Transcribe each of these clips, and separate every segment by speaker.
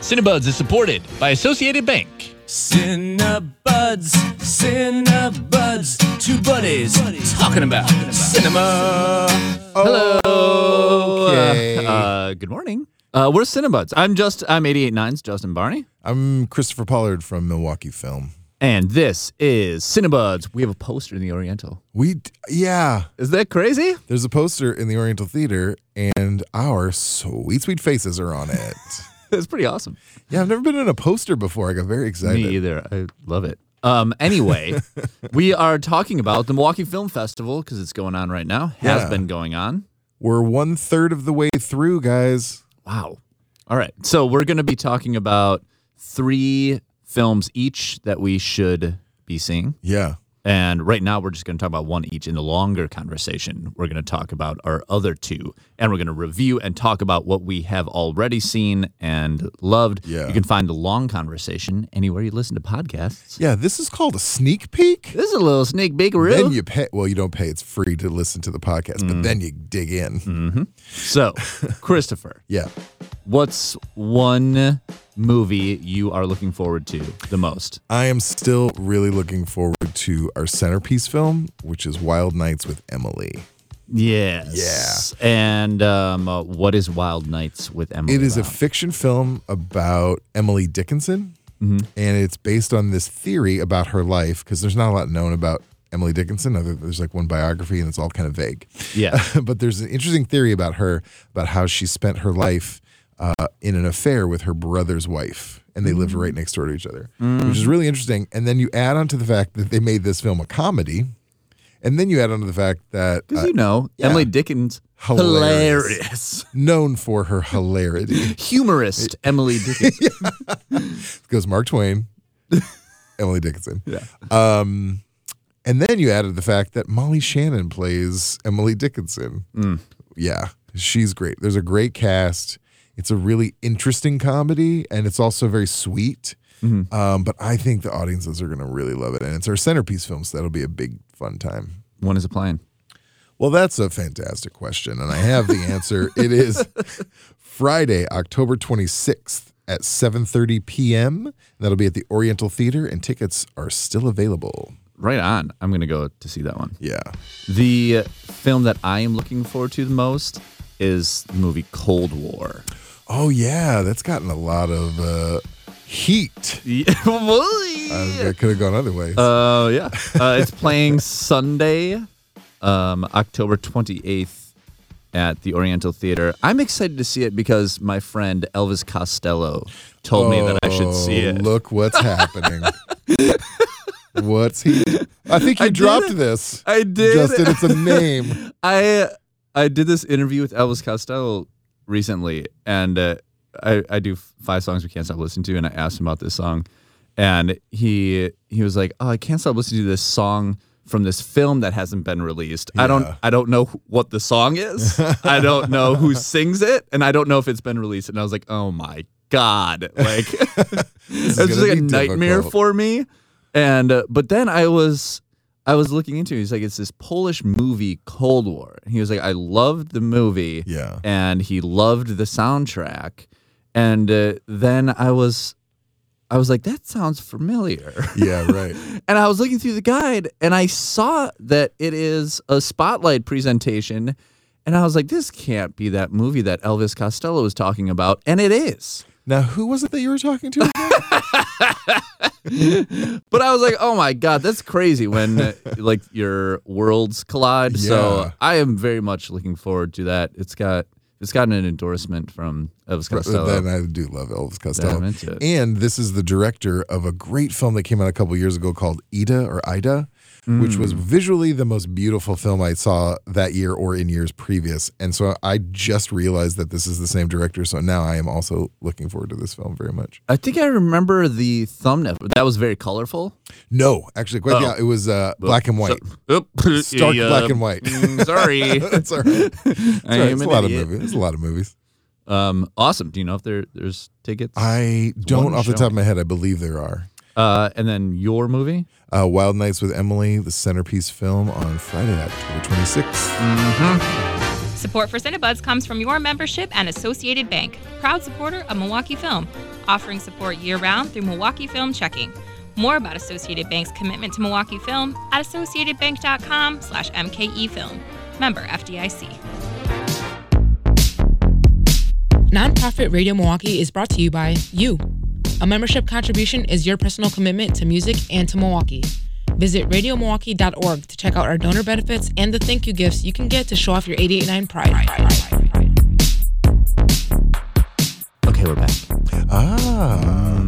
Speaker 1: Cinebuds is supported by Associated Bank.
Speaker 2: Cinebuds, Cinebuds, two buddies, talking about, cinema.
Speaker 3: Okay.
Speaker 4: Uh, good morning. Uh, we're Cinebuds. I'm just I'm 889's Justin Barney,
Speaker 3: I'm Christopher Pollard from Milwaukee Film.
Speaker 4: and this is Cinebuds. We have a poster in the Oriental.
Speaker 3: We, d- yeah,
Speaker 4: Is that crazy?
Speaker 3: there's a poster in the Oriental Theater, and our sweet, sweet faces are on it.
Speaker 4: That's pretty awesome.
Speaker 3: yeah, I've never been in a poster before. I got very
Speaker 4: Me
Speaker 3: excited.
Speaker 4: either. I love it. Um, anyway, we are talking about the Milwaukee Film Festival because it's going on right now. Has
Speaker 3: Yeah.
Speaker 4: been going on.
Speaker 3: We're one third of the way through, guys.
Speaker 4: Wow. All right. So we're going to be talking about three films each that we should be seeing.
Speaker 3: Yeah,
Speaker 4: And right now, we're just going to talk about one each in the longer conversation. We're going to talk about our other two, and we're going to review and talk about what we have already seen and loved.
Speaker 3: Yeah.
Speaker 4: You can find the long conversation anywhere you listen to podcasts.
Speaker 3: yeah. This is called a sneak peek.
Speaker 4: This is a little sneak peek,
Speaker 3: Then you pay. Well, you don't pay. It's free to listen to the podcast, but then you dig in.
Speaker 4: So, Christopher,
Speaker 3: Yeah.
Speaker 4: what's one movie you are looking forward to the most?
Speaker 3: I am still really looking forward to our centerpiece film, which is Wild Nights with Emily.
Speaker 4: Yes. Yeah. And um, uh, what is Wild Nights with Emily?
Speaker 3: It is a
Speaker 4: about?
Speaker 3: fiction film about Emily Dickinson, and it's based on this theory about her life because there's not a lot known about Emily Dickinson. Other there's like one biography, and it's all kind of vague.
Speaker 4: yeah.
Speaker 3: but there's an interesting theory about her about how she spent her life uh, in an affair with her brother's wife, and they lived right next door to each other, which is really interesting. And then you add on to the fact that they made this film a comedy, and then you add on to the fact that
Speaker 4: Because
Speaker 3: uh,
Speaker 4: you know,
Speaker 3: yeah.
Speaker 4: Emily Dickens,
Speaker 3: Hilarious.
Speaker 4: hilarious.
Speaker 3: known for her hilarity.
Speaker 4: humorist Emily Dickens.
Speaker 3: goes Mark Twain, Emily Dickinson. Yeah. Um, and then you added the fact that Molly Shannon plays Emily Dickinson. Yeah, she's great. There's a great cast. It's a really interesting comedy, and it's also very sweet. Um, but I think the audiences are going to really love it, and it's our centerpiece film, so that'll be a big fun time.
Speaker 4: One is a plan.
Speaker 3: Well, that's a fantastic question, and I have the answer. it is Friday, October 26th at 7:30 p.m. That'll be at the Oriental Theater, and tickets are still available.
Speaker 4: Right on. I'm going to go to see that one.
Speaker 3: Yeah,
Speaker 4: The uh, film that I am looking forward to the most is the movie Cold War.
Speaker 3: Oh yeah, that's gotten a lot of uh, heat. Uh,
Speaker 4: Oh,
Speaker 3: It could have gone other ways.
Speaker 4: uh, yeah. Uh, it's playing Sunday, um, October 28th at the Oriental Theater. I'm excited to see it because my friend Elvis Costello told me that I should see
Speaker 3: Oh,
Speaker 4: it.
Speaker 3: Look what's happening. what's he? I think you
Speaker 4: I did
Speaker 3: dropped
Speaker 4: it.
Speaker 3: this.
Speaker 4: I did.
Speaker 3: Justin, it's a name.
Speaker 4: I I did this interview with Elvis Costello recently, and uh, I I do five songs we can't stop listening to, and I asked him about this song, and he he was like, "Oh, I can't stop listening to this song." From this film that hasn't been released, I don't,
Speaker 3: Yeah.
Speaker 4: I don't know wh- what the song is. I don't know who sings it, and I don't know if it's been released. And I was like, "Oh my god!" Like,
Speaker 3: This is
Speaker 4: it was just
Speaker 3: gonna
Speaker 4: like a
Speaker 3: be
Speaker 4: nightmare
Speaker 3: difficult.
Speaker 4: for me. And uh, but then I was I was looking into it. He's like, it's this Polish movie, Cold War. And he was like, I loved the movie,
Speaker 3: Yeah.
Speaker 4: and he loved the soundtrack. And uh, then I was, I was like, that sounds familiar.
Speaker 3: Yeah. Right.
Speaker 4: And I was looking through the guide and I saw that it is a spotlight presentation. And I was like, this can't be that movie that Elvis Costello was talking about. And it is.
Speaker 3: Now, who was it that you were talking to? again?
Speaker 4: But I was like, oh my god, that's crazy when uh, like your worlds collide. So
Speaker 3: Yeah.
Speaker 4: I am very much looking forward to that. It's got it's gotten an endorsement from Elvis
Speaker 3: Then
Speaker 4: Costello.
Speaker 3: I do love Elvis Costello.
Speaker 4: I'm into it.
Speaker 3: And this is the director of a great film that came out a couple years ago called Ida or Ida, which
Speaker 4: Mm.
Speaker 3: was visually the most beautiful film I saw that year or in years previous. And so I just realized that this is the same director. So now I am also looking forward to this film very much.
Speaker 4: I think I remember the thumbnail. That was very colorful.
Speaker 3: No, actually, quite
Speaker 4: Oh.
Speaker 3: yeah, it was uh, black and white.
Speaker 4: Oop.
Speaker 3: Stark
Speaker 4: Yeah.
Speaker 3: black and white.
Speaker 4: Mm, Sorry.
Speaker 3: That's all right. It's, all
Speaker 4: I
Speaker 3: right.
Speaker 4: am
Speaker 3: It's a
Speaker 4: an
Speaker 3: lot
Speaker 4: idiot.
Speaker 3: of movies. It's a lot of movies.
Speaker 4: Um, awesome. Do you know if there there's tickets?
Speaker 3: I don't
Speaker 4: one
Speaker 3: off the
Speaker 4: showing.
Speaker 3: top of my head. I believe there are.
Speaker 4: Uh, and then your movie.
Speaker 3: uh, Wild Nights with Emily, the centerpiece film on Friday, October 26th.
Speaker 4: Mm.
Speaker 5: Support for Cinebuds comes from your membership and Associated Bank, proud supporter of Milwaukee Film. offering support year round through Milwaukee Film Checking. More about Associated Bank's commitment to Milwaukee film at associatedbank.com slash mkefilm. Member FDIC.
Speaker 6: Nonprofit Radio Milwaukee is brought to you by you. A membership contribution is your personal commitment to music and to Milwaukee. Visit radiomilwaukee.org to check out our donor benefits and the thank you gifts you can get to show off your 889 pride.
Speaker 4: Okay, we're back. Mm,
Speaker 3: Ah,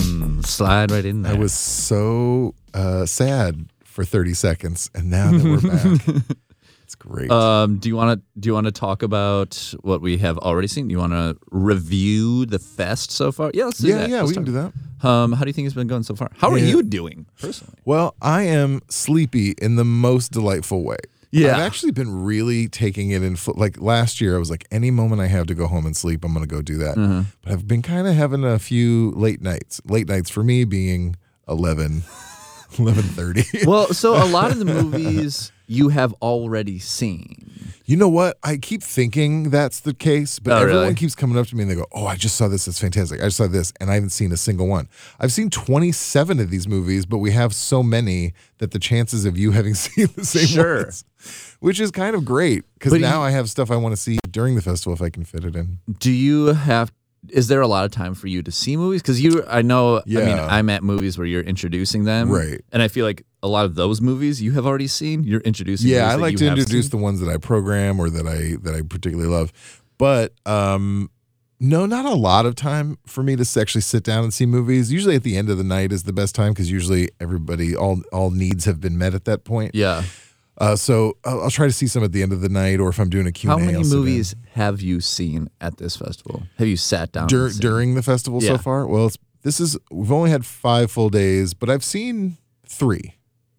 Speaker 4: Slide right in there.
Speaker 3: I was so uh, sad for 30 seconds, and now that we're back, it's great.
Speaker 4: Um, do you want to do you want to talk about what we have already seen? Do you want to review the fest so far? Yeah, let's do
Speaker 3: yeah,
Speaker 4: that.
Speaker 3: yeah,
Speaker 4: Let's
Speaker 3: we can do that.
Speaker 4: talk. Um, how do you think it's been going so far? How are
Speaker 3: Yeah.
Speaker 4: you doing personally?
Speaker 3: Well, I am sleepy in the most delightful way.
Speaker 4: Yeah.
Speaker 3: I've actually been really taking it in. Full, like last year, I was like, any moment I have to go home and sleep, I'm going to go do that.
Speaker 4: Uh-huh.
Speaker 3: But I've been kind of having a few late nights. Late nights for me being 11, 11.30.
Speaker 4: Well, so a lot of the movies you have already seen.
Speaker 3: you know what? I keep thinking that's the case, but
Speaker 4: Oh,
Speaker 3: everyone
Speaker 4: really?
Speaker 3: keeps coming up to me and they go, oh, I just saw this. It's fantastic. I just saw this. And I haven't seen a single one. I've seen 27 of these movies, but we have so many that the chances of you having seen the same
Speaker 4: Sure.
Speaker 3: ones which is kind of great because
Speaker 4: But
Speaker 3: now
Speaker 4: you-
Speaker 3: I have stuff I want to see during the festival if I can fit it in.
Speaker 4: Do you have? Is there a lot of time for you to see movies? Because you, I know. I mean,
Speaker 3: Yeah.
Speaker 4: I'm at movies where you're introducing them,
Speaker 3: Right.
Speaker 4: And I feel like a lot of those movies you have already seen. You're introducing.
Speaker 3: Yeah,
Speaker 4: movies
Speaker 3: I
Speaker 4: that
Speaker 3: like
Speaker 4: you
Speaker 3: to
Speaker 4: have
Speaker 3: introduce
Speaker 4: seen.
Speaker 3: the ones that I program or that I that I particularly love, but um, no, not a lot of time for me to s- actually sit down and see movies. Usually at the end of the night is the best time because usually everybody all all needs have been met at that point.
Speaker 4: Yeah.
Speaker 3: Uh, so I'll, I'll try to see some at the end of the night or if I'm doing a Q&A.
Speaker 4: How many
Speaker 3: I'll sit down.
Speaker 4: movies have you seen at this festival? Have you sat down?
Speaker 3: Dur-
Speaker 4: and seen?
Speaker 3: during the festival so
Speaker 4: Yeah.
Speaker 3: far? Well, it's, this is we've only had five full days, but I've seen three.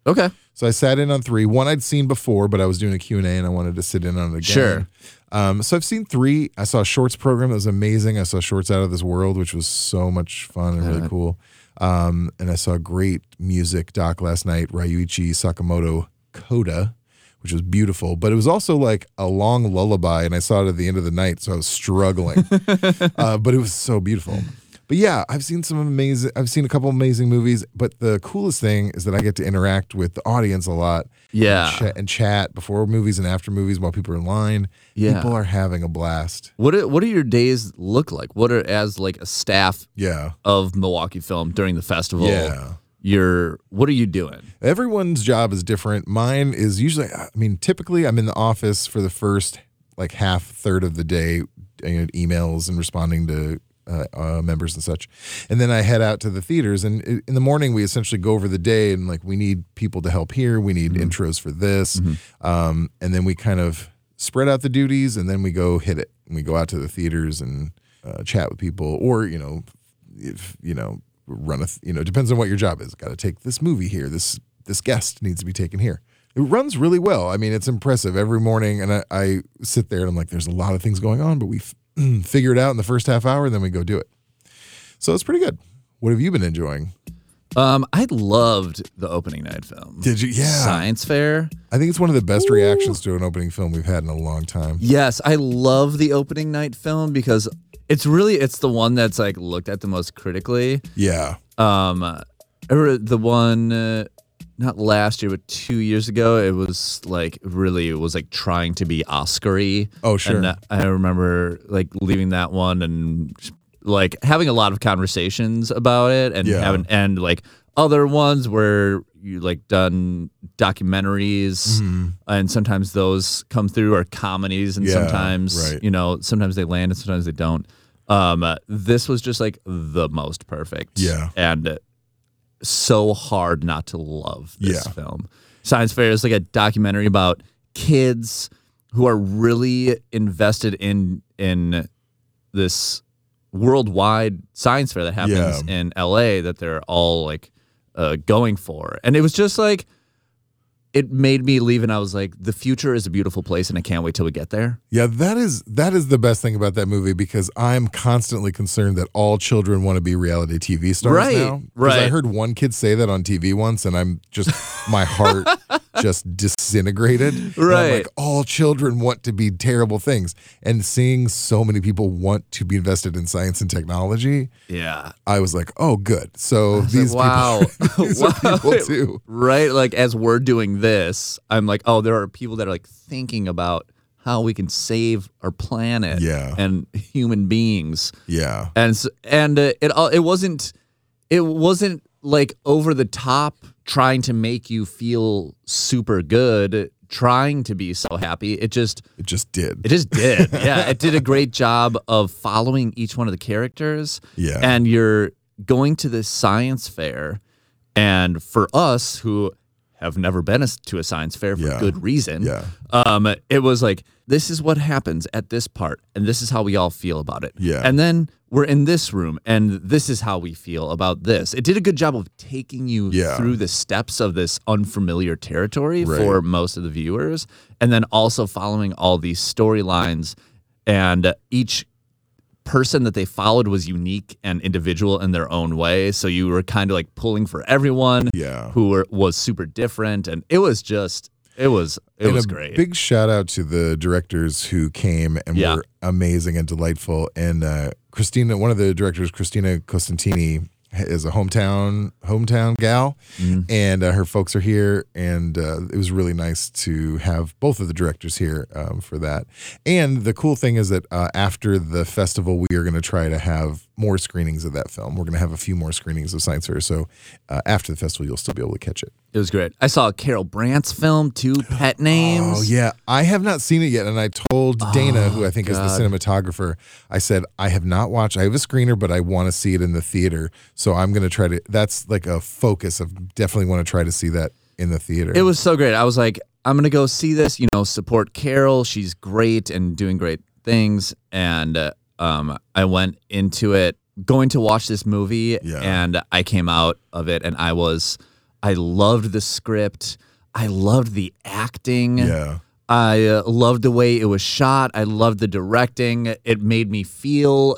Speaker 4: Okay.
Speaker 3: So I sat in on three. One I'd seen before, but I was doing a Q&A and I wanted to sit in on it again.
Speaker 4: Sure.
Speaker 3: Um, so I've seen three. I saw a shorts program that was amazing. I saw Shorts Out of This World, which was so much fun and really
Speaker 4: Alright.
Speaker 3: cool. Um, and I saw great music doc last night, Ryuichi Sakamoto Coda, which was beautiful. But it was also like a long lullaby, and I saw it at the end of the night, so I was struggling. uh, but it was so beautiful. But yeah, I've seen some amazing. I've seen a couple amazing movies. But the coolest thing is that I get to interact with the audience a lot.
Speaker 4: Yeah.
Speaker 3: Ch- and chat before movies and after movies while people are in line.
Speaker 4: Yeah.
Speaker 3: People are having a blast.
Speaker 4: What do, what do your days look like? What are as like a staff
Speaker 3: Yeah.
Speaker 4: of Milwaukee Film during the festival?
Speaker 3: Yeah.
Speaker 4: You're what are you doing?
Speaker 3: Everyone's job is different. Mine is usually, I mean, typically I'm in the office for the first like half third of the day, you know, emails and responding to uh, uh, members and such. And then I head out to the theaters. And i- in the morning, we essentially go over the day and like, we need people to help here. We need intros for this. Um, and then we kind of spread out the duties and then we go hit it. And we go out to the theaters and uh, chat with people or, you know, if you know run a th- you know depends on what your job is got to take this movie here this this guest needs to be taken here it runs really well i mean it's impressive every morning and i, I sit there and i'm like there's a lot of things going on but we f- figure it out in the first half hour and then we go do it so it's pretty good what have you been enjoying
Speaker 4: Um, I loved the opening night film.
Speaker 3: Did you? Yeah.
Speaker 4: Science fair.
Speaker 3: i think it's one of the best reactions to an opening film we've had in a long time
Speaker 4: Yes, I love the opening night film because it's really it's the one that's like looked at the most critically.
Speaker 3: yeah
Speaker 4: Um, or the one uh, not last year, but two years ago, it was like really it was like trying to be Oscary.
Speaker 3: Oh, sure.
Speaker 4: And uh, I remember like leaving that one and like having a lot of conversations about it, and
Speaker 3: Yeah.
Speaker 4: having and like other ones where you like done documentaries and sometimes those come through or comedies and
Speaker 3: Yeah,
Speaker 4: sometimes
Speaker 3: right.
Speaker 4: you know sometimes they land and sometimes they don't um uh, this was just like the most perfect
Speaker 3: Yeah.
Speaker 4: and uh, so hard not to love this
Speaker 3: Yeah.
Speaker 4: film. Science Fair is like a documentary about kids who are really invested in in this worldwide science fair that happens
Speaker 3: Yeah.
Speaker 4: in LA that they're all like uh, going for. And it was just like it made me leave and I was like the future is a beautiful place and I can't wait till we get there.
Speaker 3: Yeah, that is that is the best thing about that movie because I'm constantly concerned that all children want to be reality TV stars
Speaker 4: Right,
Speaker 3: now. 'Cause I
Speaker 4: right.
Speaker 3: heard one kid say that on TV once, and I'm just my heart just disintegrated. And I'm
Speaker 4: Right.
Speaker 3: like all children want to be terrible things, and seeing so many people want to be invested in science and technology,
Speaker 4: Yeah.
Speaker 3: I was like, oh, good. So
Speaker 4: It's like,
Speaker 3: these people, these are
Speaker 4: Wow.
Speaker 3: people too.
Speaker 4: Right. Like as we're doing this, I'm like, oh, there are people that are like thinking about how we can save our planet
Speaker 3: Yeah.
Speaker 4: and human beings.
Speaker 3: Yeah.
Speaker 4: And s and uh, it all it wasn't it wasn't like over the top trying to make you feel super good, trying to be so happy. It just
Speaker 3: It just did.
Speaker 4: it just did. Yeah, it did a great job of following each one of the characters.
Speaker 3: Yeah.
Speaker 4: And you're going to this science fair. And for us who have never been a- to a science fair for
Speaker 3: Yeah.
Speaker 4: good reason,
Speaker 3: Yeah.
Speaker 4: um, it was like, this is what happens at this part. And this is how we all feel about it.
Speaker 3: Yeah.
Speaker 4: And then we're in this room and this is how we feel about this. It did a good job of taking you
Speaker 3: Yeah.
Speaker 4: through the steps of this unfamiliar territory
Speaker 3: Right.
Speaker 4: for most of the viewers and then also following all these storylines and each person that they followed was unique and individual in their own way so you were kind of like pulling for everyone
Speaker 3: Yeah.
Speaker 4: who were, was super different and it was just it was it
Speaker 3: And
Speaker 4: was
Speaker 3: a
Speaker 4: great
Speaker 3: Big shout out to the directors who came and
Speaker 4: Yeah.
Speaker 3: were amazing and delightful. And uh, Christina, one of the directors, Christina Costantini, is a hometown hometown gal,
Speaker 4: Mm-hmm.
Speaker 3: and uh, her folks are here. And uh, it was really nice to have both of the directors here um, for that. And the cool thing is that uh, after the festival, we are going to try to have more screenings of that film. We're going to have a few more screenings of Science Fair. So uh, after the festival, you'll still be able to catch it.
Speaker 4: it was great i saw carol brandt's film two pet names
Speaker 3: Oh yeah, I have not seen it yet, and I told Dana, who I think is the cinematographer, I said I have not watched. I have a screener, but I want to see it in the theater, so I'm going to try to. That's like a focus of definitely want to try to see that in the theater.
Speaker 4: It was so great. I was like, I'm gonna go see this. You know, support Carol. She's great and doing great things. And uh, um, I went into it going to watch this movie,
Speaker 3: Yeah.
Speaker 4: and I came out of it, and I was, I loved the script. I loved the acting.
Speaker 3: yeah,
Speaker 4: I uh, loved the way it was shot. I loved the directing. It made me feel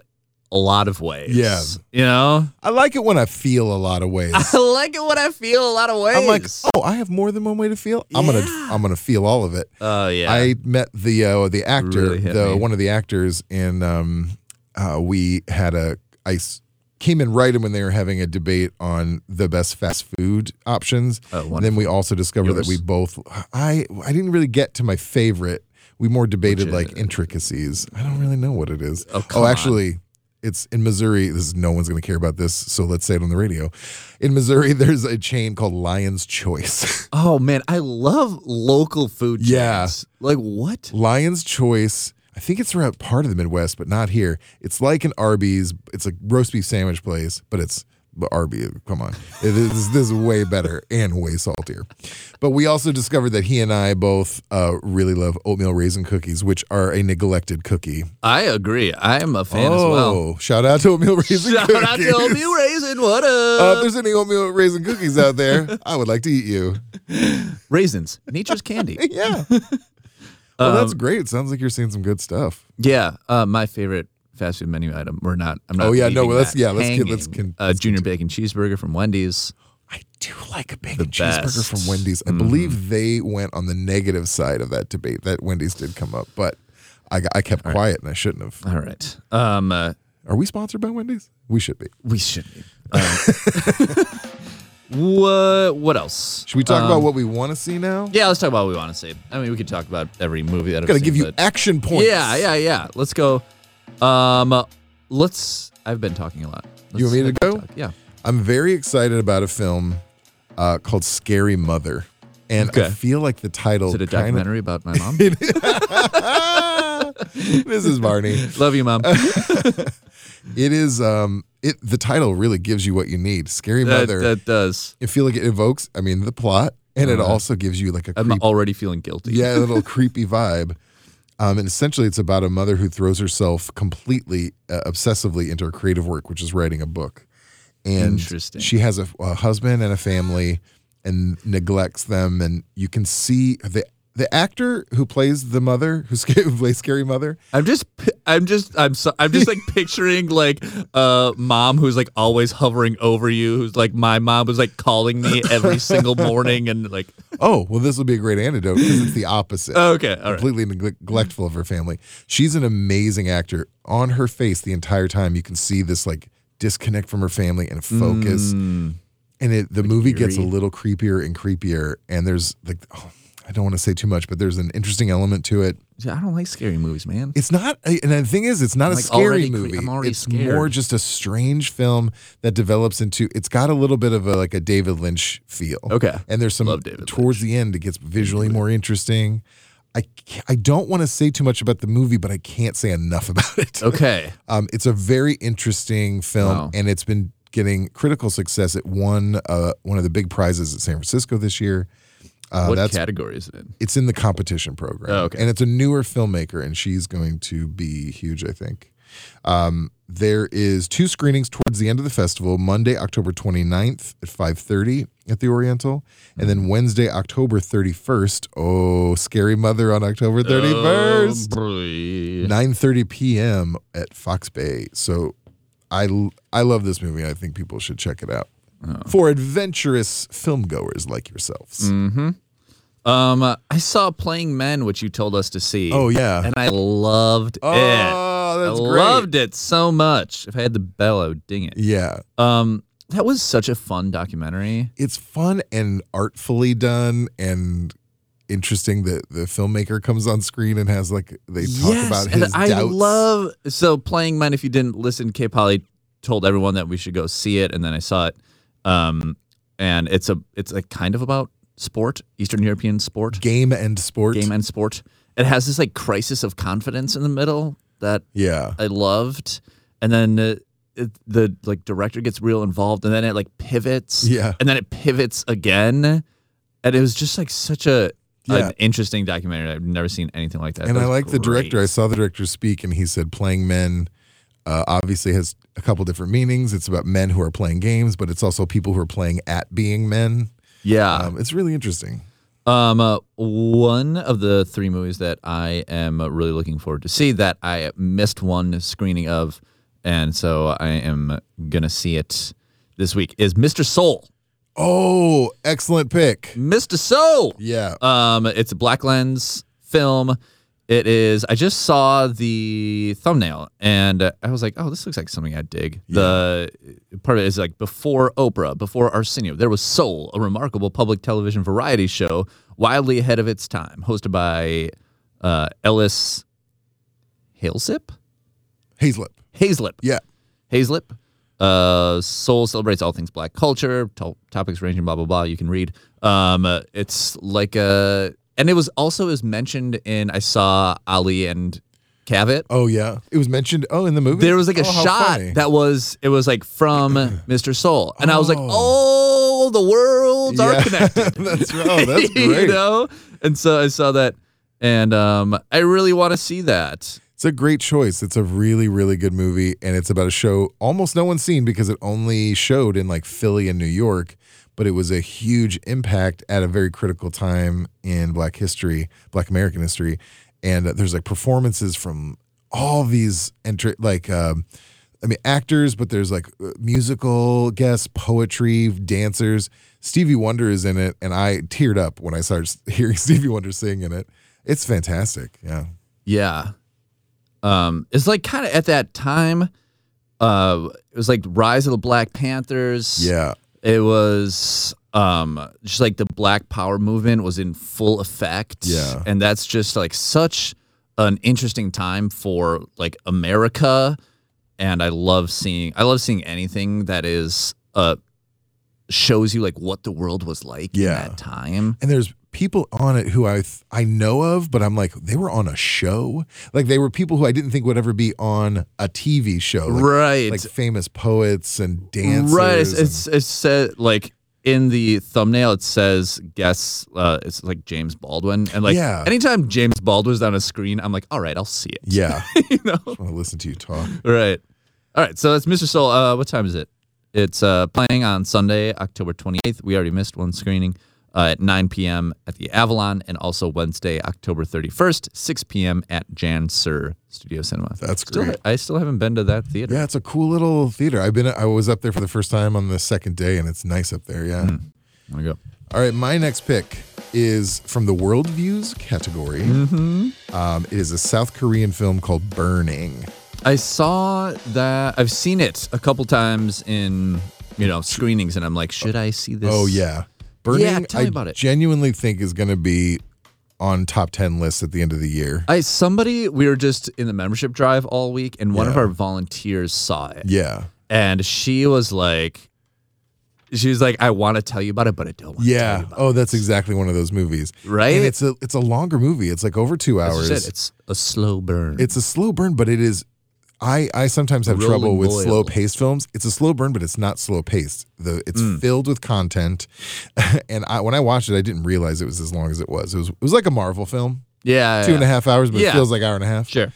Speaker 4: a lot of ways.
Speaker 3: Yeah.
Speaker 4: You know,
Speaker 3: I like it when I feel a lot of ways.
Speaker 4: I like it when I feel a lot of ways.
Speaker 3: I'm like, oh, I have more than one way to feel. I'm gonna, I'm gonna feel all of it.
Speaker 4: oh, yeah.
Speaker 3: I met the uh, the actor,
Speaker 4: Really hit
Speaker 3: the
Speaker 4: me.
Speaker 3: one of the actors in. Um, uh, we had a I s- came in right when they were having a debate on the best fast food options.
Speaker 4: Oh,
Speaker 3: and then we also discovered that we
Speaker 4: Yours.
Speaker 3: both. I I didn't really get to my favorite. We more debated
Speaker 4: Which
Speaker 3: like
Speaker 4: is-
Speaker 3: intricacies. I don't really know what it is.
Speaker 4: Oh, come on.
Speaker 3: actually. It's in Missouri. This is, no one's going to care about this, so let's say it on the radio. In Missouri, there's a chain called Lion's Choice.
Speaker 4: Oh man, I love local food.
Speaker 3: Yeah.
Speaker 4: chains. Like what?
Speaker 3: Lion's Choice. I think it's throughout part of the Midwest, but not here. It's like an Arby's. It's a roast beef sandwich place, but it's but Arby's. Come on, It is- this is way better and way saltier. But we also discovered that he and I both uh, really love oatmeal raisin cookies, which are a neglected cookie. Oh,
Speaker 4: I agree. I am a fan as well.
Speaker 3: shout out to oatmeal raisin
Speaker 4: Shout
Speaker 3: cookies!
Speaker 4: out to Obi Raisin. What
Speaker 3: Uh,
Speaker 4: up?
Speaker 3: if there's any oatmeal raisin cookies out there, I would like to eat you.
Speaker 4: Raisins, nature's candy.
Speaker 3: Yeah. Well, that's
Speaker 4: Um,
Speaker 3: great. Sounds like you're seeing some good stuff.
Speaker 4: yeah, uh, my favorite fast food menu item. We're not. I'm not.
Speaker 3: Oh, yeah, no,
Speaker 4: leaving
Speaker 3: let's-
Speaker 4: that
Speaker 3: yeah, let's get- let's
Speaker 4: hanging.
Speaker 3: con-
Speaker 4: uh, junior bacon cheeseburger from Wendy's.
Speaker 3: I do like a bacon cheeseburger
Speaker 4: best. Mm.
Speaker 3: from Wendy's. I believe they went on the negative side of that debate. That Wendy's did come up, but I, got- I kept quiet and I shouldn't have.
Speaker 4: All right. Um, uh,
Speaker 3: Are we sponsored by Wendy's? We should be.
Speaker 4: we should. Um, what? What else?
Speaker 3: Should we talk
Speaker 4: Um,
Speaker 3: about what we want to see now?
Speaker 4: Yeah, let's talk about what we want to see. I mean, we could talk about every movie that I've
Speaker 3: Got to
Speaker 4: seen,
Speaker 3: give you
Speaker 4: but-
Speaker 3: action points.
Speaker 4: Yeah, yeah, yeah. Let's go. Um, let's. I've been talking a lot. Let's,
Speaker 3: You want me to
Speaker 4: I've been
Speaker 3: go?
Speaker 4: talk- Yeah.
Speaker 3: I'm very excited about a film uh, called Scary Mother, and I
Speaker 4: Okay.
Speaker 3: feel like the title
Speaker 4: Is it a
Speaker 3: kinda-
Speaker 4: documentary about my mom?
Speaker 3: this is Barney.
Speaker 4: Love you, mom.
Speaker 3: It is. Um, it the title really gives you what you need. Scary
Speaker 4: that,
Speaker 3: Mother.
Speaker 4: that does.
Speaker 3: I feel like it evokes, I mean, the plot, and it
Speaker 4: Uh-huh.
Speaker 3: also gives you like a
Speaker 4: I'm
Speaker 3: creep,
Speaker 4: already feeling guilty.
Speaker 3: yeah, a little creepy vibe. Um, and essentially, it's about a mother who throws herself completely, uh, obsessively into her creative work, which is writing a book. And
Speaker 4: Interesting.
Speaker 3: she has a, a husband and a family, and neglects them. And you can see the the actor who plays the mother, who, sca- who plays scary mother,
Speaker 4: I'm just, pi- I'm just, I'm, so, I'm just like picturing like a mom who's like always hovering over you, who's like my mom was like calling me every single morning, and like,
Speaker 3: Oh, well, this will be a great antidote because it's the opposite.
Speaker 4: okay, all right,
Speaker 3: Completely neglect- neglectful of her family. She's an amazing actor. On her face the entire time, you can see this like disconnect from her family and focus.
Speaker 4: Mm.
Speaker 3: And it, the movie gets a little creepier and creepier. And there's like, oh, I don't want to say too much, but there's an interesting element to it.
Speaker 4: Yeah, I don't like scary movies, man.
Speaker 3: It's not, and the thing is, it's not a
Speaker 4: like,
Speaker 3: scary
Speaker 4: already cre-
Speaker 3: movie.
Speaker 4: I'm already
Speaker 3: it's
Speaker 4: scared.
Speaker 3: more just a strange film that develops into. It's got a little bit of a, like a David Lynch feel.
Speaker 4: Okay.
Speaker 3: and there's some
Speaker 4: Love David
Speaker 3: towards the end. It gets visually more interesting. I ca- I don't want to say too much about the movie, but I can't say enough about it.
Speaker 4: Okay,
Speaker 3: Um, it's a very interesting film,
Speaker 4: Wow.
Speaker 3: and it's been getting critical success. It won uh, one of the big prizes at San Francisco this year. Uh,
Speaker 4: what
Speaker 3: that's
Speaker 4: category is it in?
Speaker 3: it's in the competition program.
Speaker 4: Oh, okay.
Speaker 3: And it's a newer filmmaker, and she's going to be huge, I think. Um, there is two screenings towards the end of the festival, Monday, October 29th at 5.30 at the Oriental,
Speaker 4: Mm-hmm.
Speaker 3: and then Wednesday, October 31st. Oh, Scary Mother on October 31st.
Speaker 4: Oh, boy.
Speaker 3: 9.30 p.m. at Fox Bay. So I, l- I love this movie. I think people should check it out.
Speaker 4: Oh.
Speaker 3: For adventurous film goers like yourselves.
Speaker 4: Mm. Um, I saw Playing Men, which you told us to see.
Speaker 3: Oh, yeah.
Speaker 4: and I loved
Speaker 3: Oh,
Speaker 4: it.
Speaker 3: that's
Speaker 4: I
Speaker 3: great.
Speaker 4: loved it so much. If I had the bell, I would ding it.
Speaker 3: Yeah.
Speaker 4: Um, that was such a fun documentary.
Speaker 3: it's fun and artfully done and interesting that the filmmaker comes on screen and has like they talk about
Speaker 4: and
Speaker 3: his
Speaker 4: I
Speaker 3: doubts.
Speaker 4: love so playing mine. If you didn't listen, K. Polly told everyone that we should go see it, and then I saw it. Um, and it's a it's a kind of about sport, Eastern European sport,
Speaker 3: game and sport.
Speaker 4: game and sport. It has this like crisis of confidence in the middle that
Speaker 3: yeah.
Speaker 4: I loved, and then uh, it, the like director gets real involved, and then it like pivots,
Speaker 3: Yeah.
Speaker 4: and then it pivots again, and it was just like such a
Speaker 3: Yeah.
Speaker 4: an interesting documentary. I've never seen anything like that.
Speaker 3: And
Speaker 4: That
Speaker 3: I
Speaker 4: was
Speaker 3: like the director. I
Speaker 4: great.
Speaker 3: saw the director speak and he said playing men uh, obviously has a couple different meanings. It's about men who are playing games, but it's also people who are playing at being men.
Speaker 4: Yeah,
Speaker 3: Um, it's really interesting.
Speaker 4: um, uh, one of the three movies that I am really looking forward to see that I missed one screening of, and so I am gonna see it this week is Mr. Soul.
Speaker 3: Oh, excellent pick.
Speaker 4: Mr. Soul.
Speaker 3: Yeah.
Speaker 4: Um, it's a black lens film. It is. I just saw the thumbnail and uh, I was like, "Oh, this looks like something I dig." The part of it is like before Oprah, before Arsenio, there was Soul, a remarkable public television variety show, wildly ahead of its time, hosted by uh, Ellis Halesip.
Speaker 3: Hazlip.
Speaker 4: Hazlip.
Speaker 3: Yeah.
Speaker 4: Hazlip. Uh, Soul celebrates all things black culture, to- topics ranging blah blah blah. You can read. Um, uh, it's like a, and it was also is mentioned in I saw Ali and Cavett.
Speaker 3: Oh yeah. It was mentioned oh in the movie.
Speaker 4: There was like a
Speaker 3: Oh, how
Speaker 4: shot
Speaker 3: funny.
Speaker 4: that was it was like from Mr. Soul, and I was like, oh, the worlds
Speaker 3: Yeah.
Speaker 4: are connected.
Speaker 3: that's right. Oh, that's great.
Speaker 4: you know, and so I saw that, and um, I really want to see that.
Speaker 3: It's a great choice. It's a really, really good movie, and it's about a show almost no one's seen because it only showed in like Philly and New York, but it was a huge impact at a very critical time in Black history, Black American history, and uh, there's like performances from all these entry like. Um, I mean, actors, but there's like uh, musical guests, poetry, dancers. Stevie Wonder is in it, and I teared up when I started hearing Stevie Wonder sing in it. It's fantastic. Yeah.
Speaker 4: Yeah. Um, it's like kind of at that time, uh, it was like Rise of the Black Panthers.
Speaker 3: Yeah.
Speaker 4: It was um just like the Black Power movement was in full effect.
Speaker 3: Yeah.
Speaker 4: And that's just like such an interesting time for like America. And I love seeing I love seeing anything that is uh shows you like what the world was like
Speaker 3: Yeah.
Speaker 4: in that time.
Speaker 3: and there's people on it who I th- I know of, but I'm like they were on a show. Like they were people who I didn't think would ever be on a TV show, like,
Speaker 4: right.
Speaker 3: Like famous poets and dancers.
Speaker 4: Right. It's
Speaker 3: and-
Speaker 4: it's, it's said like in the thumbnail it says guess uh it's like James Baldwin and like
Speaker 3: Yeah.
Speaker 4: anytime James Baldwin's on a screen I'm like all right I'll see it.
Speaker 3: yeah.
Speaker 4: you know.
Speaker 3: I want to listen to you talk.
Speaker 4: Right. All right. So that's Mr. Soul. Uh, what time is it? It's uh, playing on Sunday, October 28th. We already missed one screening. uh, at 9 p.m. at the Avalon, and also Wednesday, October 31st, 6 p.m. at Jan Sur Studio Cinema.
Speaker 3: That's
Speaker 4: Still-
Speaker 3: great.
Speaker 4: I still haven't been to that theater.
Speaker 3: Yeah, it's a cool little theater. I've been I was up there for the first time on the second day and it's nice up there, yeah.
Speaker 4: Hmm. I'm gonna go.
Speaker 3: All right, my next pick is from the world views category.
Speaker 4: Mm-hmm.
Speaker 3: Um, it is a South Korean film called Burning.
Speaker 4: I saw that. I've seen it a couple times in you know screenings, and I'm like, should I see this?
Speaker 3: Oh yeah, Burning.
Speaker 4: tell me
Speaker 3: I
Speaker 4: about it.
Speaker 3: Genuinely think is going to be on top ten lists at the end of the year.
Speaker 4: I somebody we were just in the membership drive all week, and one of
Speaker 3: Yeah.
Speaker 4: our volunteers saw it,
Speaker 3: yeah,
Speaker 4: and she was like, she was like, I want to tell you about it, but I don't. want to tell
Speaker 3: yeah.
Speaker 4: you about
Speaker 3: Oh, that's exactly one of those movies,
Speaker 4: Right?
Speaker 3: And it's a it's a longer movie. It's like over two
Speaker 4: it.
Speaker 3: hours.
Speaker 4: That's it. It's a slow burn.
Speaker 3: It's a slow burn, but it is. I, I sometimes have
Speaker 4: Rolling
Speaker 3: trouble with
Speaker 4: boil.
Speaker 3: slow paced films. It's a slow burn, but it's not slow paced. The it's
Speaker 4: Mm.
Speaker 3: filled with content, and I, when I watched it, I didn't realize it was as long as it was. It was it was like a Marvel film,
Speaker 4: yeah,
Speaker 3: two and a half hours, but it
Speaker 4: Yeah.
Speaker 3: feels like hour and a half.
Speaker 4: Sure.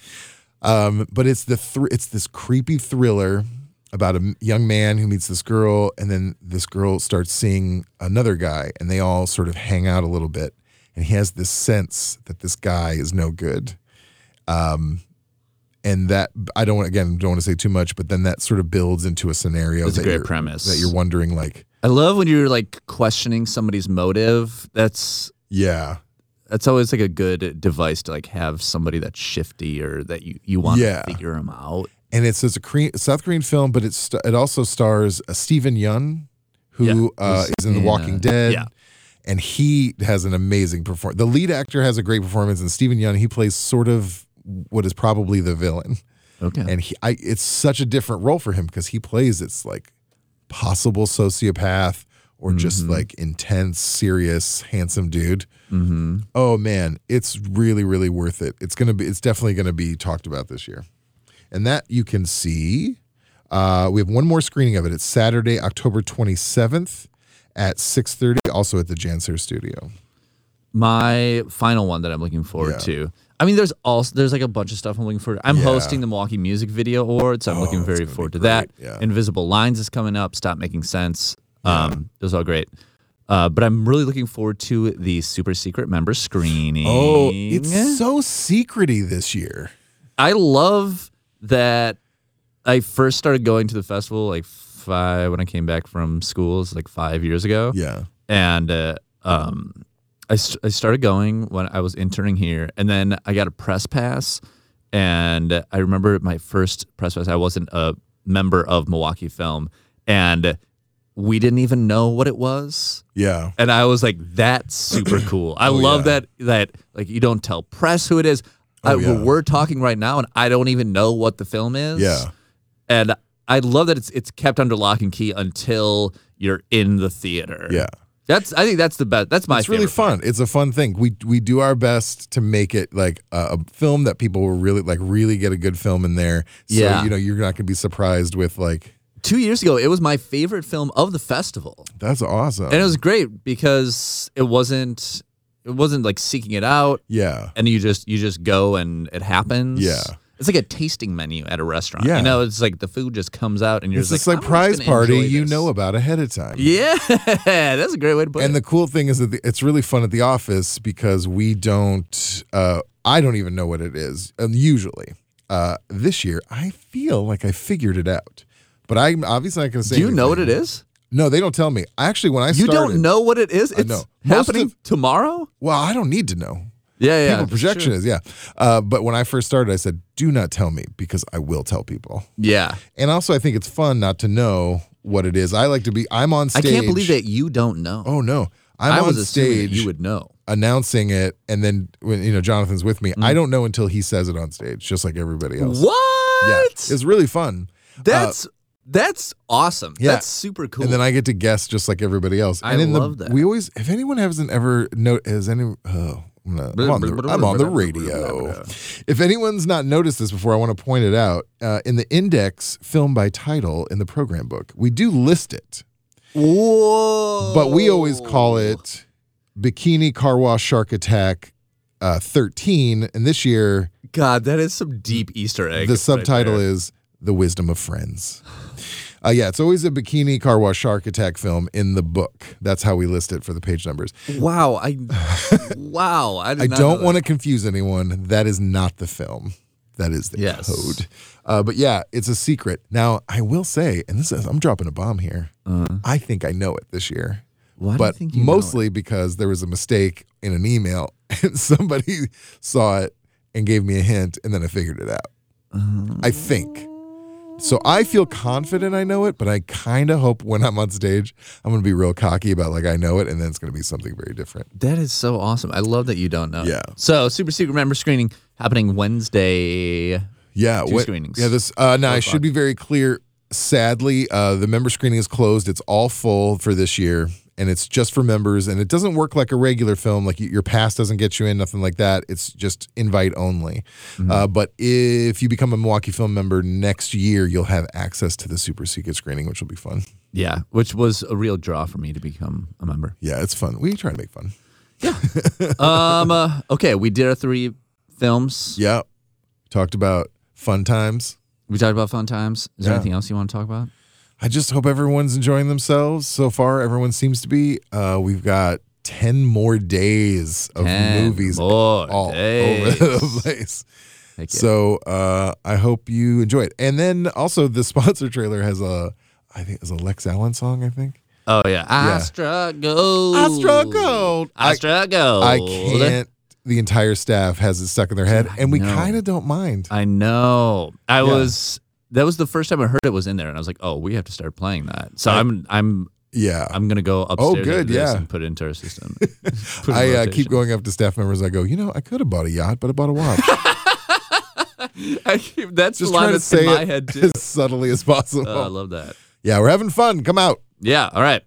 Speaker 3: Um, but it's the thr it's this creepy thriller about a m- young man who meets this girl, and then this girl starts seeing another guy, and they all sort of hang out a little bit. And he has this sense that this guy is no good. Um, and that I don't again don't want to say too much, but then that sort of builds into a scenario
Speaker 4: That's a
Speaker 3: that
Speaker 4: great
Speaker 3: you're-
Speaker 4: premise.
Speaker 3: that you're wondering like,
Speaker 4: I love when you're like questioning somebody's motive. That's
Speaker 3: yeah,
Speaker 4: that's always like a good device to like have somebody that's shifty or that you, you want
Speaker 3: Yeah.
Speaker 4: to figure them out.
Speaker 3: and it's, it's a Korean, South Korean film, but it's st- it also stars uh, Stephen Yun, who
Speaker 4: Yeah.
Speaker 3: uh, is in The
Speaker 4: Yeah.
Speaker 3: Walking Dead,
Speaker 4: Yeah.
Speaker 3: and he has an amazing performance. The lead actor has a great performance, and Stephen Yun he plays sort of what is probably the villain,
Speaker 4: Okay.
Speaker 3: and he I, it's such a different role for him because he plays this like possible sociopath or just like intense, serious, handsome dude.
Speaker 4: mm-hmm.
Speaker 3: Oh man, it's really, really worth it. It's gonna be. It's definitely gonna be talked about this year, and that you can see. Uh, we have one more screening of it. It's Saturday, October twenty seventh, at six thirty. Also at the Janser Studio.
Speaker 4: My final one that I'm looking forward
Speaker 3: Yeah.
Speaker 4: to. I mean, there's also there's like a bunch of stuff I'm looking forward. to. I'm
Speaker 3: Yeah. Oh,
Speaker 4: hosting the Milwaukee Music Video Awards. So I'm looking very
Speaker 3: be
Speaker 4: forward to
Speaker 3: great.
Speaker 4: that.
Speaker 3: Yeah.
Speaker 4: Invisible Lines is coming up. Stop making sense. Um, those are all great. Uh, but I'm really looking forward to the super secret member screening.
Speaker 3: Oh, it's so secrety this year.
Speaker 4: I love that I first started going to the festival like five when I came back from schools like five years ago.
Speaker 3: Yeah,
Speaker 4: And uh, um, I, s- I started going when I was interning here. And then I got a press pass. And I remember my first press pass, I wasn't a member of Milwaukee Film. And we didn't even know what it was
Speaker 3: yeah.
Speaker 4: and I was like, "That's super cool. I love
Speaker 3: Oh, yeah.
Speaker 4: that that like you don't tell press who it is. I,
Speaker 3: Oh, yeah.
Speaker 4: We're talking right now, and I don't even know what the film is.
Speaker 3: Yeah.
Speaker 4: and I love that it's it's kept under lock and key until you're in the theater.
Speaker 3: Yeah.
Speaker 4: that's I think that's the best. That's my
Speaker 3: it's really
Speaker 4: favorite part.
Speaker 3: fun. It's a fun thing. We we do our best to make it like a, a film that people will really like. Really get a good film in there. So,
Speaker 4: Yeah.
Speaker 3: you know you're not gonna be surprised with like
Speaker 4: Two years ago, it was my favorite film of the festival,
Speaker 3: that's awesome.
Speaker 4: and it was great because it wasn't it wasn't like seeking it out,
Speaker 3: yeah.
Speaker 4: and you just you just go and it happens.
Speaker 3: Yeah.
Speaker 4: It's like a tasting menu at a restaurant.
Speaker 3: Yeah.
Speaker 4: You know, it's like the food just comes out and you're
Speaker 3: It's
Speaker 4: just
Speaker 3: this
Speaker 4: like,
Speaker 3: like, prize party you know
Speaker 4: about.
Speaker 3: about ahead of time.
Speaker 4: Yeah. That's a great way to put
Speaker 3: And
Speaker 4: it.
Speaker 3: the cool thing is that the, it's really fun at the office because we don't, uh, I don't even know what it is um, usually. Uh, this year, I feel like I figured it out, but I'm obviously not going to say.
Speaker 4: Do you know what it
Speaker 3: anything.
Speaker 4: is?
Speaker 3: No, they don't tell me. I actually, when I
Speaker 4: You
Speaker 3: started,
Speaker 4: don't know what it is? It's
Speaker 3: know. Most
Speaker 4: happening
Speaker 3: of-
Speaker 4: tomorrow?
Speaker 3: Well, I don't need to know.
Speaker 4: Yeah, yeah.
Speaker 3: People projection
Speaker 4: sure.
Speaker 3: is yeah, uh, but when I first started, I said, "Do not tell me because I will tell people."
Speaker 4: Yeah.
Speaker 3: And also, I think it's fun not to know what it is. I like to be. I'm on
Speaker 4: I
Speaker 3: stage.
Speaker 4: can't believe that you don't know.
Speaker 3: Oh no, I'm
Speaker 4: I
Speaker 3: on
Speaker 4: was assuming that
Speaker 3: stage.
Speaker 4: you would know.
Speaker 3: announcing it and then when you know Jonathan's with me, I don't know until he says it on stage, just like everybody else.
Speaker 4: Mm. What?
Speaker 3: Yeah. It's uh, really fun.
Speaker 4: that's that's awesome.
Speaker 3: yeah.
Speaker 4: That's super cool.
Speaker 3: And then I get to guess just like everybody else.
Speaker 4: I
Speaker 3: and in the-
Speaker 4: love that.
Speaker 3: We always if anyone hasn't ever note has any oh I'm, not- I'm on the, I'm on the radio. If anyone's not noticed this before, I want to point it out. Uh, in the index, film by title in the program book, we do list it,
Speaker 4: Whoa.
Speaker 3: but we always
Speaker 4: Oh.
Speaker 3: call it Bikini Car Wash Shark Attack uh, 13. And this year,
Speaker 4: God, that is some deep Easter egg.
Speaker 3: the
Speaker 4: right
Speaker 3: subtitle
Speaker 4: there.
Speaker 3: is The Wisdom of Friends. Uh, yeah, it's always a bikini car wash shark attack film in the book. That's how we list it for the page numbers.
Speaker 4: Wow. I wow. I, did
Speaker 3: I
Speaker 4: not know
Speaker 3: don't
Speaker 4: that.
Speaker 3: want to confuse anyone. That is not the film. That is the
Speaker 4: Yes.
Speaker 3: code. Uh, but yeah, it's a secret. Now I will say, and this is I'm dropping a bomb here. I think I know it this year.
Speaker 4: Why Uh-huh. do you
Speaker 3: but
Speaker 4: think you know
Speaker 3: mostly because there was a mistake in an email and somebody saw it and gave me a hint and then I figured it out.
Speaker 4: Uh-huh.
Speaker 3: I think. So I feel confident I know it, but I kind of hope when I'm on stage, I'm going to be real cocky about like I know it and then it's going to be something very different.
Speaker 4: That is so awesome. I love that you don't know.
Speaker 3: Yeah.
Speaker 4: So super secret member screening happening Wednesday.
Speaker 3: Yeah,
Speaker 4: Two screenings.
Speaker 3: Yeah, this. Uh, now I should be very clear. Sadly, uh, the member screening is closed. It's all full for this year, and it's just for members. And it doesn't work like a regular film. Like y- your pass doesn't get you in, nothing like that. It's just invite only.
Speaker 4: Mm-hmm.
Speaker 3: Uh, but if you become a Milwaukee Film member next year, you'll have access to the super secret screening, which will be fun.
Speaker 4: Yeah. Which was a real draw for me to become a member.
Speaker 3: Yeah, it's fun. We try to make fun.
Speaker 4: um. uh, okay. We did our three films.
Speaker 3: Yeah, talked about fun times.
Speaker 4: We talked about fun times. Is there
Speaker 3: Yeah.
Speaker 4: anything else you want to talk about?
Speaker 3: I just hope everyone's enjoying themselves so far. Everyone seems to be. Uh, we've got ten more days of
Speaker 4: 10
Speaker 3: movies
Speaker 4: more
Speaker 3: all
Speaker 4: days.
Speaker 3: over the place.
Speaker 4: Heck yeah.
Speaker 3: So uh, I hope you enjoy it. And then also the sponsor trailer has a, I think it's a Lex Allen song. I think.
Speaker 4: Oh yeah.
Speaker 3: Yeah.
Speaker 4: I struggle.
Speaker 3: I struggled.
Speaker 4: I
Speaker 3: I-
Speaker 4: struggled.
Speaker 3: I can't. The entire staff has it stuck in their head, and we
Speaker 4: know.
Speaker 3: kind of don't mind.
Speaker 4: I know. I
Speaker 3: Yeah.
Speaker 4: was. That was the first time I heard it was in there, and I was like, "Oh, we have to start playing that." So I, am I'm,
Speaker 3: Yeah.
Speaker 4: I'm gonna go upstairs. after
Speaker 3: Oh, good,
Speaker 4: this
Speaker 3: yeah.
Speaker 4: And put it into our system. Put it in
Speaker 3: I uh, keep
Speaker 4: rotation.
Speaker 3: going up to staff members. I go, you know, I could have bought a yacht, but I bought a watch.
Speaker 4: I keep, that's
Speaker 3: Just
Speaker 4: the line
Speaker 3: trying to
Speaker 4: that's
Speaker 3: say
Speaker 4: in my
Speaker 3: it
Speaker 4: head too.
Speaker 3: as subtly as possible.
Speaker 4: Oh, I love that.
Speaker 3: Yeah, we're having fun. Come out.
Speaker 4: Yeah. All right.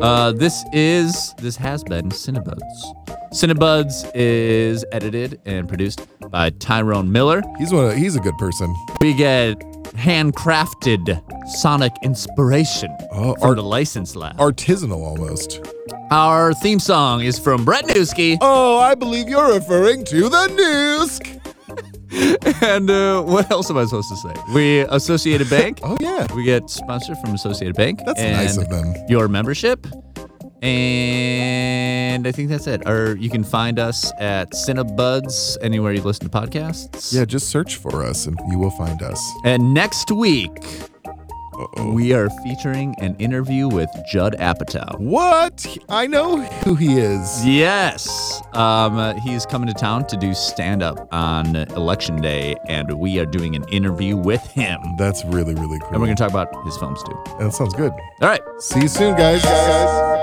Speaker 4: Uh, this is this has been Cinebuds. Cinebuds is edited and produced by Tyrone Miller.
Speaker 3: He's one. Of, he's a good person.
Speaker 4: We get handcrafted sonic inspiration
Speaker 3: Oh,
Speaker 4: for
Speaker 3: art-
Speaker 4: the license lab.
Speaker 3: Artisanal almost.
Speaker 4: Our theme song is from Brett Newski.
Speaker 3: Oh, I believe you're referring to the news.
Speaker 4: And uh, what else am I supposed to say? We Associated Bank.
Speaker 3: Oh yeah,
Speaker 4: We get sponsored from Associated Bank.
Speaker 3: That's nice
Speaker 4: and
Speaker 3: of them.
Speaker 4: Your membership. And I think that's it. Or you can find us at Cinebuds anywhere you listen to podcasts.
Speaker 3: yeah. Just search for us, and you will find us.
Speaker 4: And next week, we are featuring an interview with Judd Apatow.
Speaker 3: What? I know who he is.
Speaker 4: Yes, um, uh, he's coming to town to do stand up on election day, and we are doing an interview with him.
Speaker 3: That's really really cool.
Speaker 4: And we're going to talk about his films too.
Speaker 3: That sounds good.
Speaker 4: All right.
Speaker 3: See you soon, guys.